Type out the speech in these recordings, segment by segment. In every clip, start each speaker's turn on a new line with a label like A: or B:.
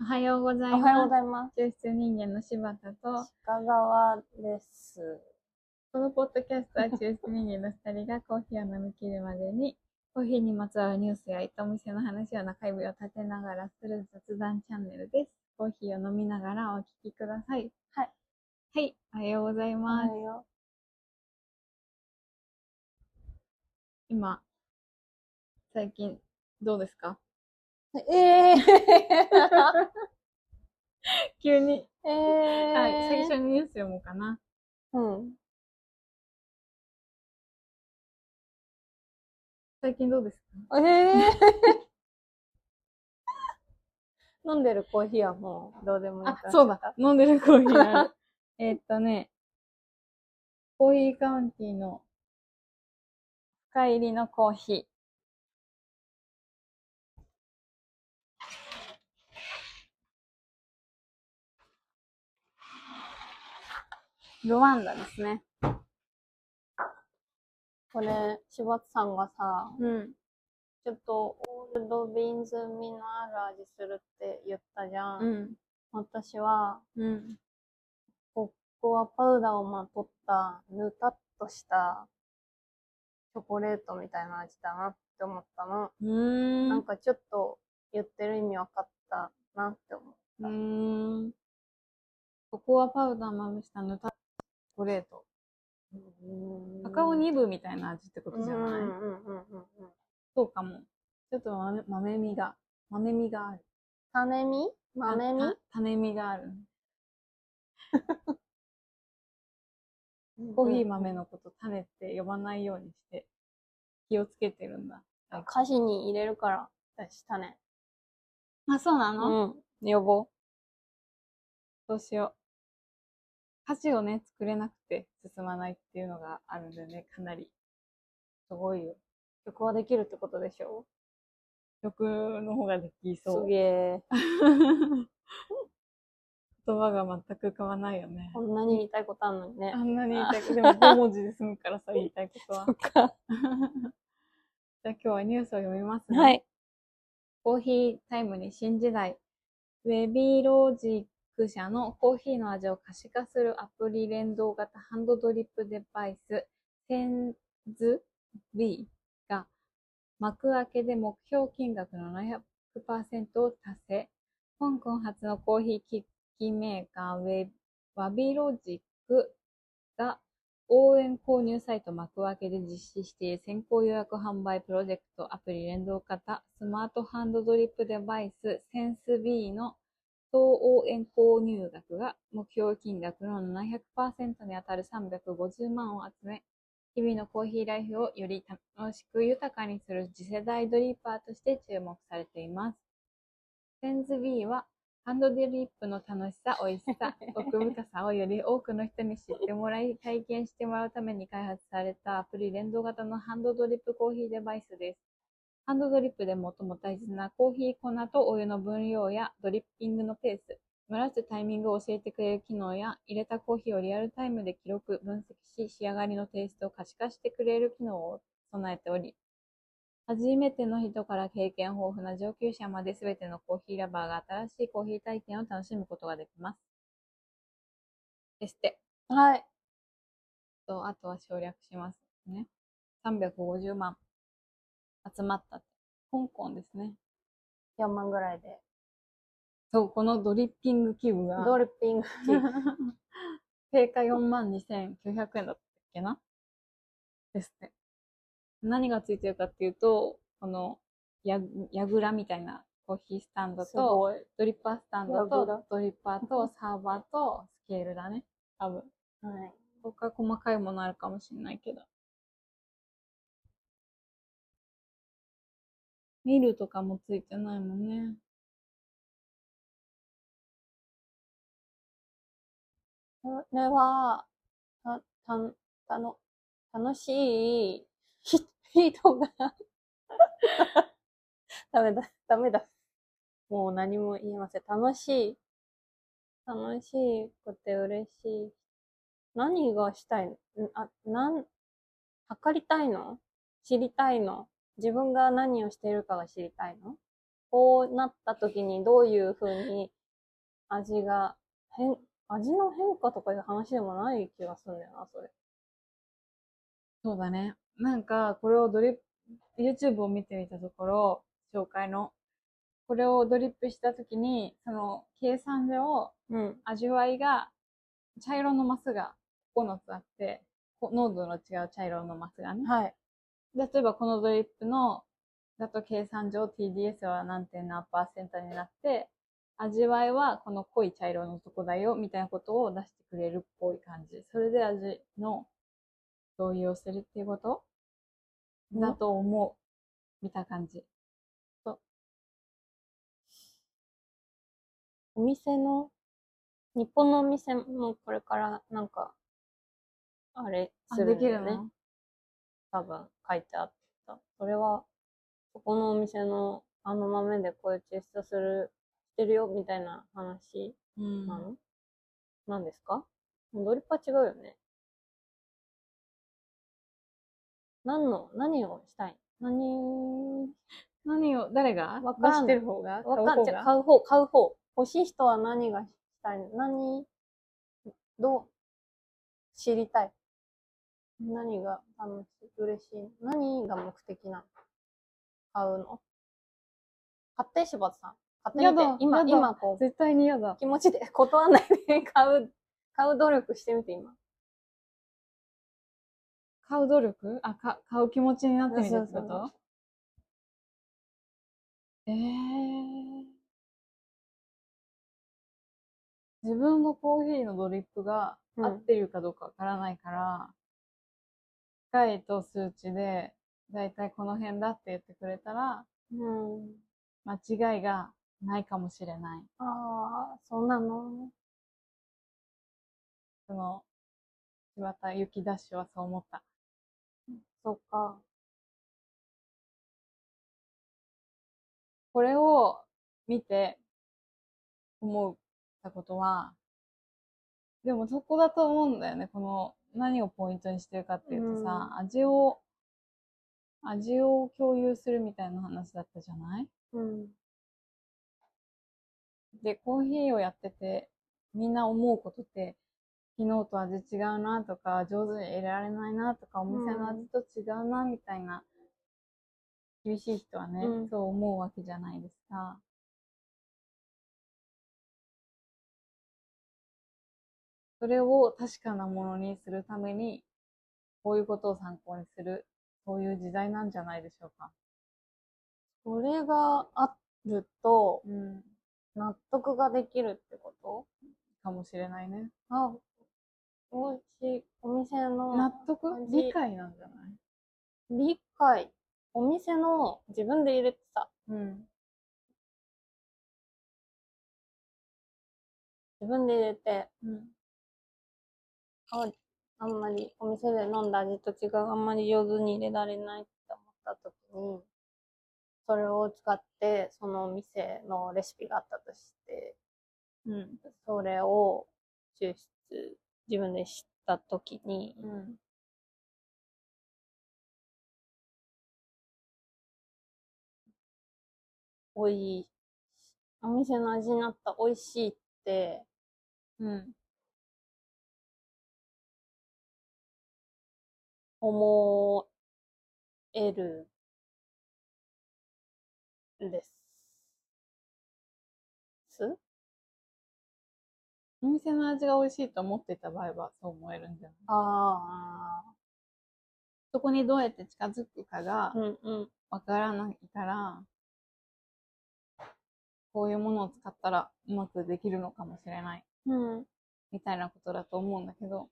A: おはようござい
B: お
A: ます。
B: はようございます。
A: 抽出人間の柴田と、
B: 鹿川です。
A: このポッドキャスト は抽出人間の二人がコーヒーを飲み切るまでに、コーヒーにまつわるニュースや行ったお店の話を中指を立てながらする雑談チャンネルです。コーヒーを飲みながらお聞きください。
B: はい。
A: はい、おはようござい
B: お
A: ます。
B: はよ
A: 今、最近、どうですか
B: う。えー、
A: 急に、
B: えー、
A: はい、最初にニュース読もうかな。
B: うん。
A: 最近どうですか
B: えー、飲んでるコーヒーはもうどうでもいい
A: あ
B: か、ら。
A: そうだ。。飲んでるコーヒーある えーっとね、コーヒーカウンティーの
B: 深入りのコーヒー。ルワンダですね。これ、柴田さんがさ、
A: うん。
B: ちょっとオールドビーンズ味のある味するって言ったじゃん。
A: うん。
B: 私は、
A: うん。
B: ココアパウダーをまとった、ぬたっとしたチョコレートみたいな味だなって思ったの。
A: うー
B: なん
A: ん。
B: かちょっと言ってる意味分かったなって思う。
A: うーん。ココアパウダーまぶしたぬたチョコレート。カカオ
B: に
A: 2分みたいな味ってことじゃない、
B: うんうんうんうんうん。
A: そうかも。ちょっと豆豆みが、豆みがある。
B: 種み豆み
A: た種みがある。コーヒー豆のこと種って呼ばないようにして気をつけてるんだ。
B: 菓子に入れるから、私種。
A: あ、そうなの、
B: うん。予防。
A: どうしよう。歌詞をね、作れなくて進まないっていうのがあるんでね、かなり。すごいよ。
B: 曲はできるってことでしょ
A: 曲の方ができそう。
B: すげえ。
A: 言葉が全く浮かばないよね
B: こ。んなに言いたいことあんのにね
A: あ。んなに言いたいこと、でも5文字で済むからさ、言いたいこと は。じ
B: か。
A: ゃあ今日はニュースを読みますね。
B: はい。
A: コーヒータイムに新時代。ウェビーロジック社のコーヒーの味を可視化するアプリ連動型ハンドドリップデバイス、センズ B が幕開けで目標金額の700%を達成。香港発のコーヒー機器メーカーウェワビロジックが応援購入サイト幕開けで実施している先行予約販売プロジェクトアプリ連動型スマートハンドドリップデバイスセンス B の総応援購入額が目標金額の700%にあたる350万を集め、日々のコーヒーライフをより楽しく豊かにする次世代ドリッパーとして注目されています。センズ B はハンドドリップの楽しさ、 美味しさ、奥深さをより多くの人に知ってもらい、体験してもらうために開発されたアプリ連動型のハンドドリップコーヒーデバイスです。ハンドドリップで最も大切なコーヒー粉とお湯の分量やドリッピングのペース、蒸らすタイミングを教えてくれる機能や、入れたコーヒーをリアルタイムで記録、分析し、仕上がりのテイストを可視化してくれる機能を備えており、初めての人から経験豊富な上級者まで全てのコーヒーラバーが新しいコーヒー体験を楽しむことができます。ですって。
B: はい。
A: と、あとは省略しますね。350万集まった。香港ですね。
B: 4万ぐらいで。
A: そう、このドリッピング器具が、
B: ドリッピン グ。
A: 定価4万2900円だったっけなですね。何がついてるかっていうと、この、や、やぐらみたいなコーヒースタンド
B: す
A: と、
B: ごい。
A: ドリッパースタンド
B: ラグラ
A: と、ドリッパーと、サーバーと、スケールだね。多分。
B: はい。
A: 他細かいものあるかもしれないけど。ミルとかもついてないもんね。
B: これは、た、た、たの、楽しいひ人が。ダメだ、ダメだ。もう何も言えません。楽しい。楽しくて嬉しい。何がしたいのんあ、なん、測りたいの知りたいの自分が何をしているかが知りたいのこうなった時にどういう風に味が変、味の変化とかいう話でもない気がするんだよな、それ。
A: そうだね。なんか、これをドリップ、YouTube を見てみたところ、紹介の。これをドリップしたときに、その、計算上、
B: うん。
A: 味わいが、茶色のマスが9つあって、こ濃度の違う茶色のマスがね。
B: はい。
A: 例えばこのドリップの、だと計算上 TDS は何点何パーセントになって、味わいはこの濃い茶色のとこだよ、みたいなことを出してくれるっぽい感じ。それで味の同意をするっていうことだと思う。見た感じ。
B: お店の、日本のお店もこれからなんか、あれ
A: あ
B: するんだよ
A: でき
B: ね
A: る。の
B: 多分書いてあった。それは、そこのお店のあの豆でこういうテイストする、してるよみたいな話
A: うん
B: なの、なんですかドリッパ違うよね。何の、何をしたい何
A: 何を、誰が
B: わからん
A: 出してる方が
B: わかん、じ
A: 買う方が
B: ゃ買う方、買う方。欲しい人は何がしたいの何、どう、知りたい。何が楽しい、嬉しいの何が目的なの買うの買って、柴田さん。買ってみ
A: や
B: て
A: だ。
B: 今、
A: やだ
B: 今こう、
A: 絶対に嫌だ。
B: 気持ちで断らないで 買う、買う努力してみて、今。
A: 買う努力あか、買う気持ちになってみるって
B: そ
A: こ
B: うそうそ
A: とええー。自分のコーヒーのドリップが
B: うん
A: 合ってるかどうかわからないから、機械と数値で、だいたいこの辺だって言ってくれたら、
B: うん。
A: 間違いがないかもしれない。
B: ああ、そうなの。
A: その、柴田ゆきダッシュはそう思った。
B: そっか。
A: これを見て思ったことは、でもそこだと思うんだよね。この何をポイントにしてるかっていうとさ、味を、味を共有するみたいな話だったじゃない
B: うん。
A: で、コーヒーをやってて、みんな思うことって、昨日と味違うなとか、上手に入れられないなとか、お店の味と違うなみたいな、厳しい人はね、
B: うん
A: そう思うわけじゃないですか。それを確かなものにするために、こういうことを参考にする、そういう時代なんじゃないでしょうか。
B: それがあると、
A: うん。
B: 納得ができるってこと
A: かもしれないね。
B: あ、おいしい、お店
A: 納
B: の、
A: 得
B: 感じ
A: 理解なんじゃない
B: 理解、お店の自分で入れてた。
A: うん。
B: 自分で入れて、
A: うん。
B: ああんまりお店で飲んだ味と違う、あんまり上手に入れられないって思った時に、それを使って、そのお店のレシピがあったとして、
A: うん。
B: それを抽出、自分で知った時に、
A: うん。
B: おい、お店の味になった美味しいって、
A: うん。
B: 思えるんです。す
A: お店の味が美味しいと思ってた場合はそう思えるんじゃない
B: あ
A: そこにどうやって近づくかが
B: あ、うんうん。
A: わからないから、こういうものを使ったらうまくできるのかもしれない、
B: うん。
A: みたいなことだと思うんだけど、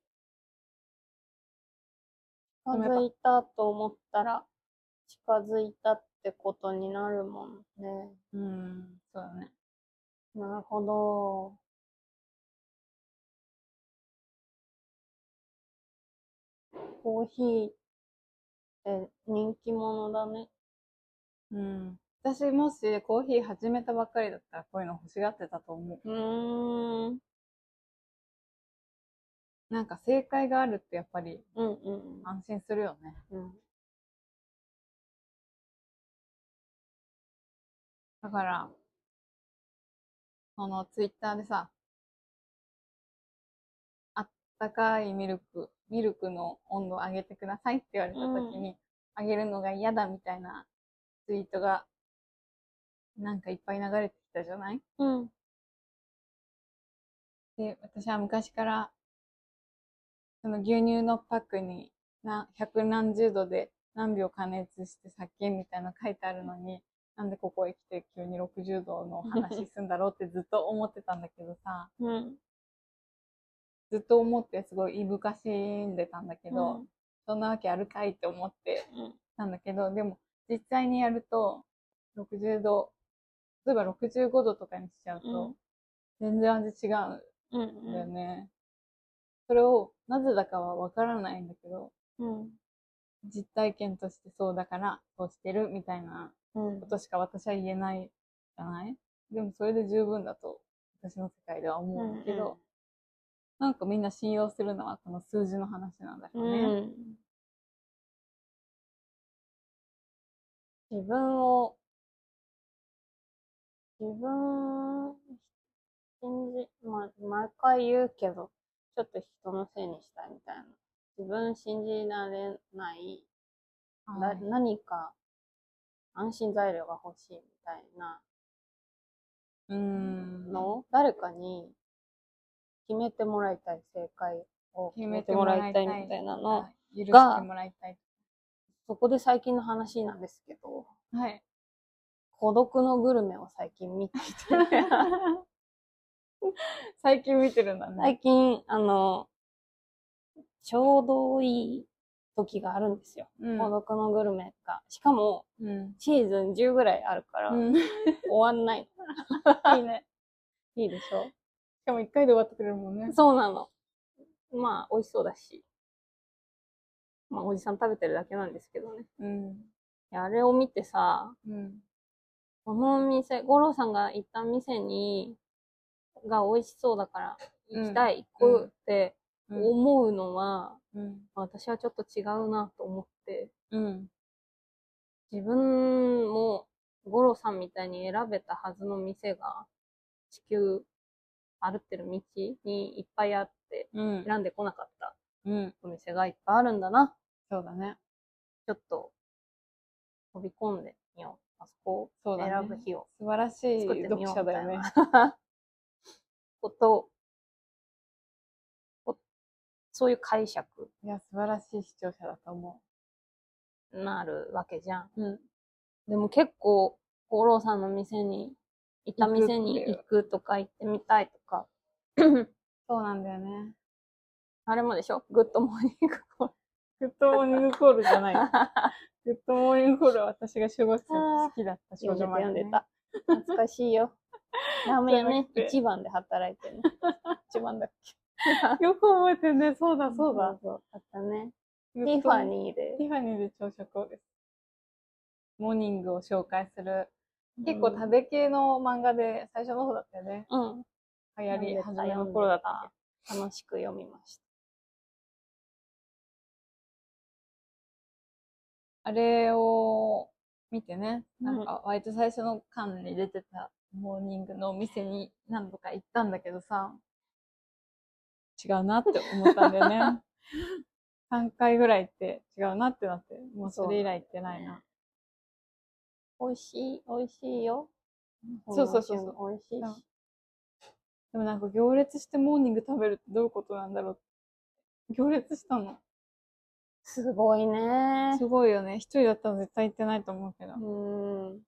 B: 近づいたと思ったら、近づいたってことになるもんね。
A: うん、そうだね。
B: なるほど。コーヒーって人気者だね。
A: うん。私もしコーヒー始めたばっかりだったらこういうの欲しがってたと思
B: うーん。
A: う。なんか正解があるってやっぱり
B: うんうん。
A: 安心するよね。
B: うん
A: だから、そのツイッターでさ、あったかいミルク、ミルクの温度を上げてくださいって言われた時に、あげるのが嫌だみたいなツイートが、なんかいっぱい流れてきたじゃない
B: うん。
A: で、私は昔から、その牛乳のパックに、な、百何十度で何秒加熱して殺菌みたいなの書いてあるのに、なんでここへ来て急に60度の話すんだろうってずっと思ってたんだけどさ、
B: うん。
A: ずっと思ってすごいいぶかしんでたんだけど、
B: うん
A: そんなわけあるかいって思って
B: うん
A: たんだけど、でも実際にやると、60度、例えば65度とかにしちゃうと、全然味違う
B: うん。
A: だよね。それを、なぜだかはわからないんだけど、
B: うん。
A: 実体験としてそうだから、そうしてるみたいな
B: うん
A: こ。としか私は言えないじゃないでもそれで十分だと、私の世界では思うんだけど、
B: うんうん
A: なんかみんな信用するのはこの数字の話なんだよね。
B: うん自分を、自分、信じ、まあ、毎回言うけど、ちょっと人のせいにしたいみたいな。自分信じられない、
A: は
B: ない何か安心材料が欲しいみたいな
A: うーん。
B: のを誰かに決めてもらいたい、正解を
A: 決めてもらいたい
B: 決めてもみたいなのを
A: 許して
B: が
A: もらいたい。
B: そこで最近の話なんですけど、
A: はい。
B: 孤独のグルメを最近見てい て、
A: 最近見てるんだね。
B: 最近、あの、ちょうどいい時があるんですよ。
A: う
B: 孤独のグルメが。しかも、
A: ん。うん。
B: シーズン10ぐらいあるから、
A: うん。い
B: 終わんない。
A: いね。
B: いいでしょ
A: しかも一回で終わってくれるもんね。
B: そうなの。まあ、美味しそうだし。まあ、おじさん食べてるだけなんですけどね。
A: うん。
B: いやあれを見てさ、
A: うん。
B: この店、五郎さんが行った店に、が美味しそうだから、行きたい、行こうって
A: うん
B: 思うのは、
A: うん。
B: 私はちょっと違うなと思って、
A: うん。
B: 自分も五郎さんみたいに選べたはずの店が、地球歩ってる道にいっぱいあって、
A: うん。
B: 選んでこなかった
A: うん。
B: お店がいっぱいあるんだな。
A: そうだね。
B: ちょっと、飛び込んでみよう。あそこを
A: そうだね。
B: 選ぶ日を。
A: 素晴らしい
B: 作ってみ
A: 読
B: よう
A: 者だよね
B: み。 たいな ことこそういう解釈
A: いや、素晴らしい視聴者だと思
B: になるわけじゃん。
A: う。うん。
B: でも結構、五郎さんの店に、いた店に行くとか行ってみたいとか、
A: そうなんだよね。
B: あれもでしょグッドモーニングコー
A: グ
B: ル。
A: ッドモーニングコールじゃない。 グッドモーニングコールは私が小学生の
B: あー
A: 時好きだった 少
B: 読ん
A: 女
B: でた、
A: 漫画、
B: 読ん
A: ね。
B: でた。 懐かしいよ。ラーメン屋ね、
A: じゃなくて
B: 一番で働い てね。一番だっけ
A: よく覚えてるね。そうだ、そう
B: そ
A: だ
B: う。そう。あったね。
A: テ
B: ティファニーで
A: テ。ィファニーで朝食をです。モーニングを紹介する。結構食べ系の漫画で最初の方だったよね。
B: うん。
A: 流行り始めの頃だったっけ。
B: 楽しく読みました。
A: あれを見てね、
B: うん
A: なんか割と最初の巻に出てたモーニングのお店に何度か行ったんだけどさ、違うなって思ったんだよ ね。3回ぐらい行って違うなってなって、もうそれ以来行ってないな。
B: 美味しい、美味しいよ。
A: そうそうそうそう。
B: 美味しいし。
A: でもなんか行列してモーニング食べるってどういうことなんだろう。行列したの。
B: すごいね
A: す。ごいよね。一人だったら絶対行ってないと思うけど
B: う。ん。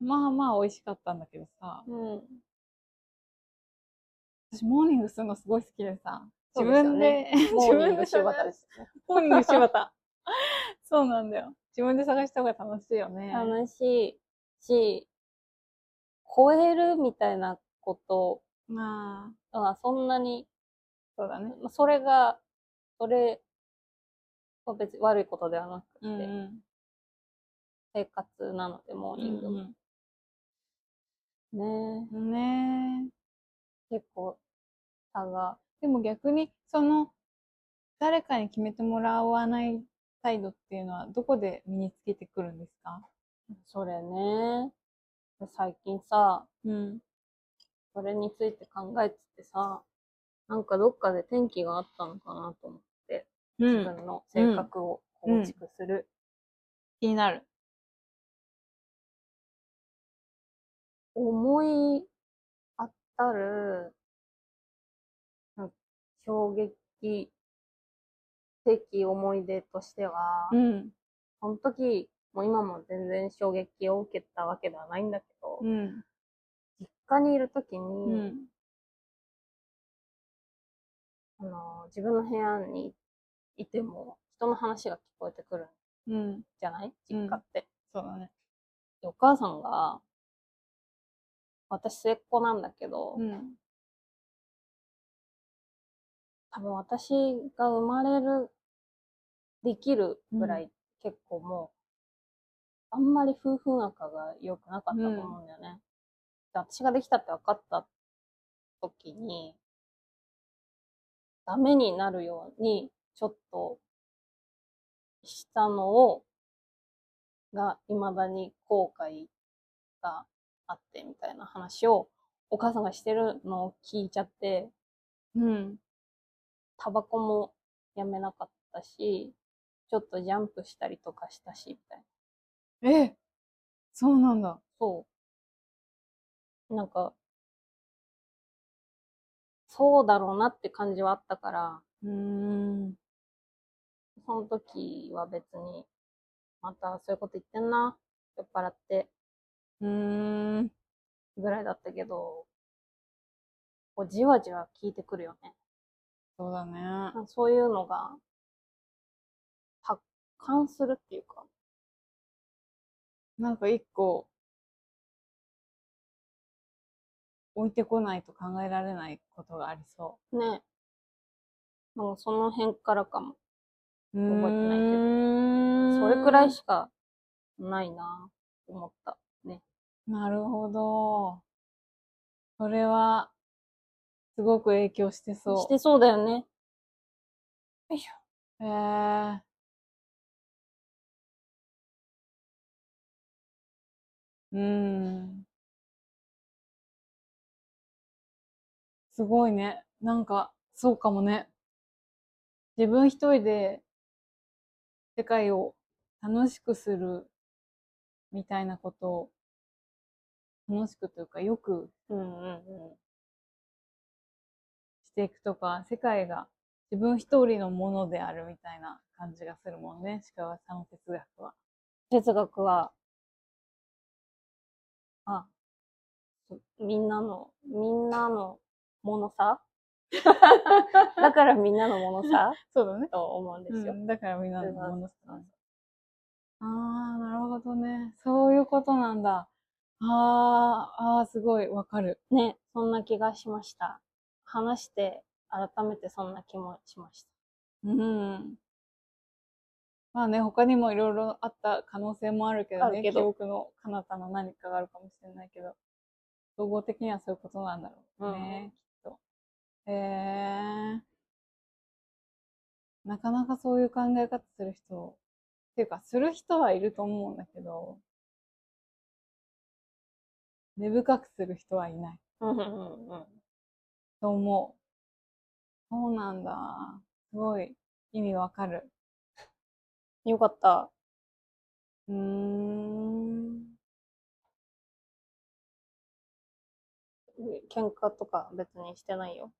A: まあまあ美味しかったんだけどさ。
B: うん。
A: 私モーニングするのすごい好きでさ。
B: そう
A: 自
B: ですよ
A: 分
B: ね
A: で、
B: モ
A: 自
B: ーニン
A: 分
B: グ
A: で
B: 柴田ですね。
A: モーニング柴田。 そうなんだよ。自分で探した方が楽しいよね。
B: 楽しいし、超えるみたいなこと
A: まあ、
B: はそんなに、
A: そうだね。
B: まあそれが、それは別に悪いことではなくて、
A: うんうん。
B: 生活なので、モーニングも。ね
A: うんねえ
B: え結構差が
A: でも逆に、その、誰かに決めてもらわない態度っていうのはどこで身につけてくるんですか
B: それね。最近さ、
A: うん。
B: それについて考えててさ、なんかどっかで天気があったのかなと思って、
A: う
B: 自
A: ん。
B: 分の性格を構築する。
A: 気になる。
B: 思い当たる、なんか衝撃的思い出としては、
A: ん。
B: その時、もう今も全然衝撃を受けたわけではないんだけど、
A: うん。
B: 実家にいる時に、
A: うん。
B: あの、自分の部屋にいても、人の話が聞こえてくるん
A: うん。
B: じゃない
A: うん
B: 実家って。
A: そうだね。
B: でお母さんが、私末っ子なんだけど、
A: うん。
B: 多分私が生まれる、できるぐらい、結構もう、あんまり夫婦仲が良くなかったと思うんだよね。で私ができたって分かった時に、ダメになるように、ちょっと、したのを、が、未だに後悔があって、みたいな話を、お母さんがしてるのを聞いちゃって、
A: うん。
B: タバコもやめなかったし、ちょっとジャンプしたりとかしたし、みたいな。
A: えそうなんだ。
B: そう。なんか、そうだろうなって感じはあったから、
A: うーん。
B: その時は別に、またそういうこと言ってんな、酔っ払って、
A: うーん。
B: ぐらいだったけど、こうじわじわ効いてくるよね。
A: そうだね。
B: なんかそういうのが、発汗するっていうか、
A: なんか一個、置いてこないと考えられないことがありそ
B: ね。もうその辺からかも。
A: う。
B: 覚えてないけど
A: うーん
B: それくらいしかないなぁ、思った。
A: なるほど。それは、すごく影響してそう。
B: してそうだよね。
A: へえ。うん。すごいね。なんか、そうかもね。自分一人で世界を楽しくするみたいなことを、楽しくというか、よく
B: うんうんうん。
A: していくとか、世界が自分一人のものであるみたいな感じがするもんね。鹿川さんの哲学 は。
B: 哲学は、あ、みんなの、みんなのものさ だからみんなのものさ
A: そうだね。
B: と思うんですよ。
A: だからみんなのもの
B: そうそう
A: ああ、なるほどね。そういうことなんだ。あーあー、すごい、わかる。
B: ね、そんな気がしました。話して、改めてそんな気もしました。
A: うん。まあね、他にもいろいろあった可能性もあるけど
B: あ
A: ね、
B: るけど
A: 記憶の彼方の何かがあるかもしれないけど、総合的にはそういうことなんだろうね、きっと。へえなかなかそういう考え方する人、っていうか、する人はいると思うんだけど、根深くする人はいない。
B: うんうんうん。
A: と思う。そうなんだ。すごい意味わかる。
B: よかった。
A: うーん。
B: 喧嘩とか別にしてないよ。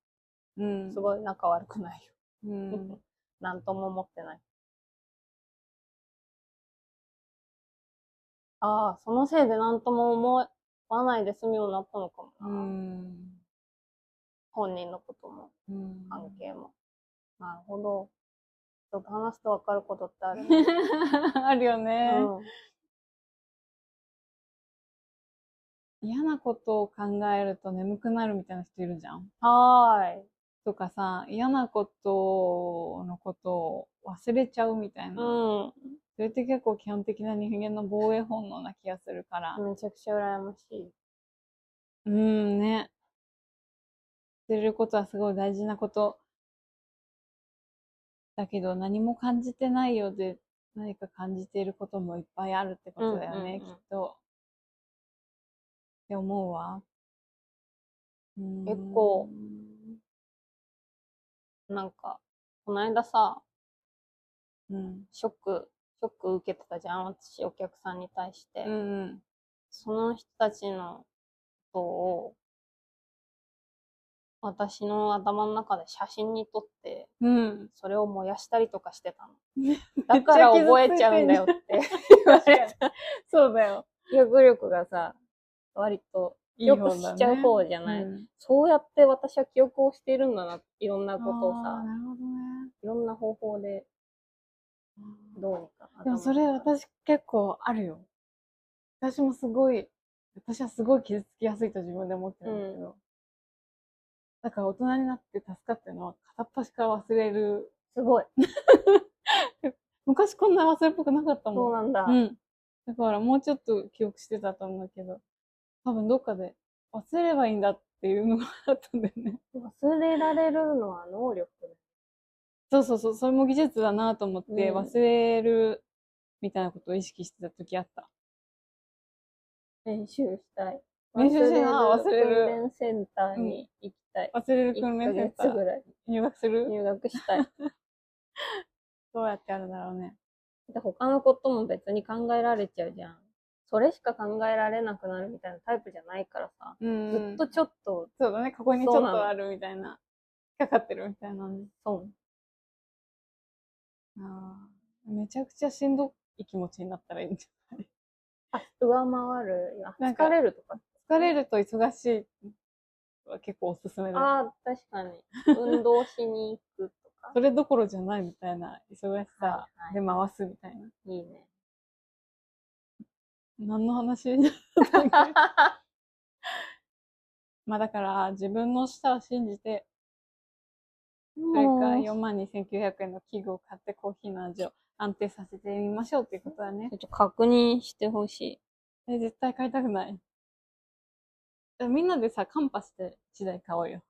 A: うん。
B: すごい仲悪くないよ。
A: うん。
B: なんとも思ってない。ああ、そのせいでなんとも思わないで済むようになったのかも
A: う
B: な。
A: ん。
B: 本人のことも、
A: うん。
B: 関係も。なるほど。ちょっと話すとわかることってあるね。
A: あるよね、
B: うん
A: 嫌なことを考えると眠くなるみたいな人いるじゃん。
B: はーい。
A: とかさ、嫌なことのことを忘れちゃうみたいな。
B: う
A: それって結構基本的な人間の防衛本能な気がするから。
B: ん。めちゃくちゃ羨ましい。
A: うんね。知れることはすごい大事なこと。だけど何も感じてないようで何か感じていることもいっぱいあるってことだよね、
B: うんうんうん
A: きっと。って思うわ。
B: 結構なんか、この間さ、
A: うーん。
B: ショック、ショック受けてたじゃん、私、お客さんに対して。
A: うん。うん
B: その人たちのことを、私の頭の中で写真に撮って、
A: うん。
B: それを燃やしたりとかしてた
A: め
B: の。だから覚えちゃうんだよって言われた。
A: そうだよ。
B: 記憶力がさ、割と
A: いい方だね。
B: よくしちゃう方じゃない
A: うん
B: そうやって私は記憶をしているんだな、いろんなことを
A: あー
B: さ、
A: なるほどね。
B: いろんな方法でどうにか。
A: でもそれ私結構あるよ。私もすごい、私はすごい傷つきやすいと自分で思ってるんだけど。だから大人になって助かったのは片っ端から忘れる。
B: すごい。
A: 昔こんな忘れっぽくなかった
B: そう
A: もん。
B: なんだ。
A: うん。だからもうちょっと記憶してたと思うけど、多分どっかで忘れればいいんだっていうのがあったんだよね。
B: 忘れられるのは能力だ。
A: そうそうそう、それも技術だなと思って
B: うん
A: 忘れるみたいなことを意識してた時あった。
B: 練習したい。
A: 練習したいな忘れる
B: 訓練センターに行きたい。
A: 忘れる
B: 一
A: 訓練センタ
B: ヶ月
A: ー
B: ぐらい
A: 入学する
B: 入学した い。
A: どうやってあるんだろうね。
B: で他のことも別に考えられちゃうじゃん。それしか考えられなくなるみたいなタイプじゃないからさ。
A: うん
B: ずっとちょっと
A: そうだね、ここにちょっとあるみたいな。引っかかってるみたいなね。
B: 損。
A: ああ。めちゃくちゃしんどい気持ちになったらいいんじゃない
B: あ、上回る。あ
A: なんか
B: 疲れるとか。
A: 疲れると忙しいは結構おすすめだ。
B: ああ、確かに。運動しに行くとか。
A: それどころじゃないみたいな忙しさ
B: はい
A: で
B: は
A: 回すみたいな。
B: い、いい ね。
A: 何の話まあだから自分の舌を信じて、それから4万2900円の器具を買ってコーヒーの味を安定させてみましょうっていうことだね
B: ちょ。っと確認してほしい。
A: え、絶対買いたくない。えみんなでさ、カンパして1台買おうよ。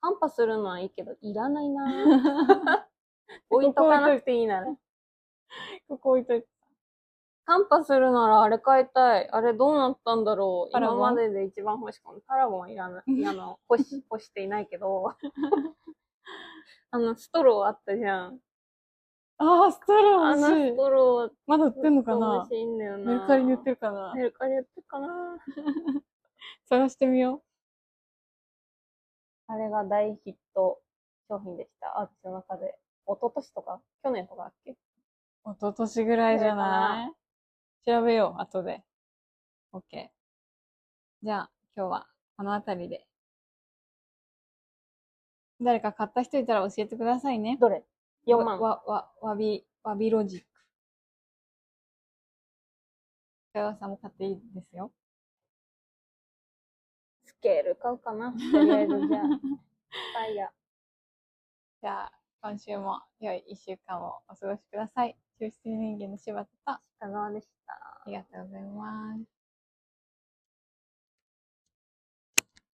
B: カンパするのはいいけど、いらな いな 置いとかなくていいなら。
A: ここ置いといて。
B: カンパするならあれ買いたい。あれどうなったんだろう。
A: パラゴ
B: 今
A: ン
B: までで一番欲しかった。パラゴンいらない。いやあの、欲し、 欲していないけど。 あの、ストローあったじゃん。
A: ああ、ストロ
B: あ
A: ー
B: の
A: 欲しい
B: ス。トロー、
A: まだ売ってんのか
B: 欲
A: な
B: しいんだよな。
A: メルカリに売って
B: る。
A: るかな
B: メルカリに売ってるかな。
A: 探してみよ
B: あれが大ヒット商品でした。アーチの中で。一昨年とか去年とかだっけ
A: う。一昨年ぐらいじゃない調べよう、後で。OK。じゃあ、今日はこの辺りで。誰か買った人いたら教えてくださいね。
B: どれ ?4 万。
A: わ、わ、わび、わびロジック。かよさんも買っていいですよ。
B: スケール買うかな。とりあえ ずじゃあ、ダイヤ。
A: じゃあ、今週も良い一週間をお過ごしください。中心人間の柴田と、あ
B: 香川でした。
A: りがとうございます。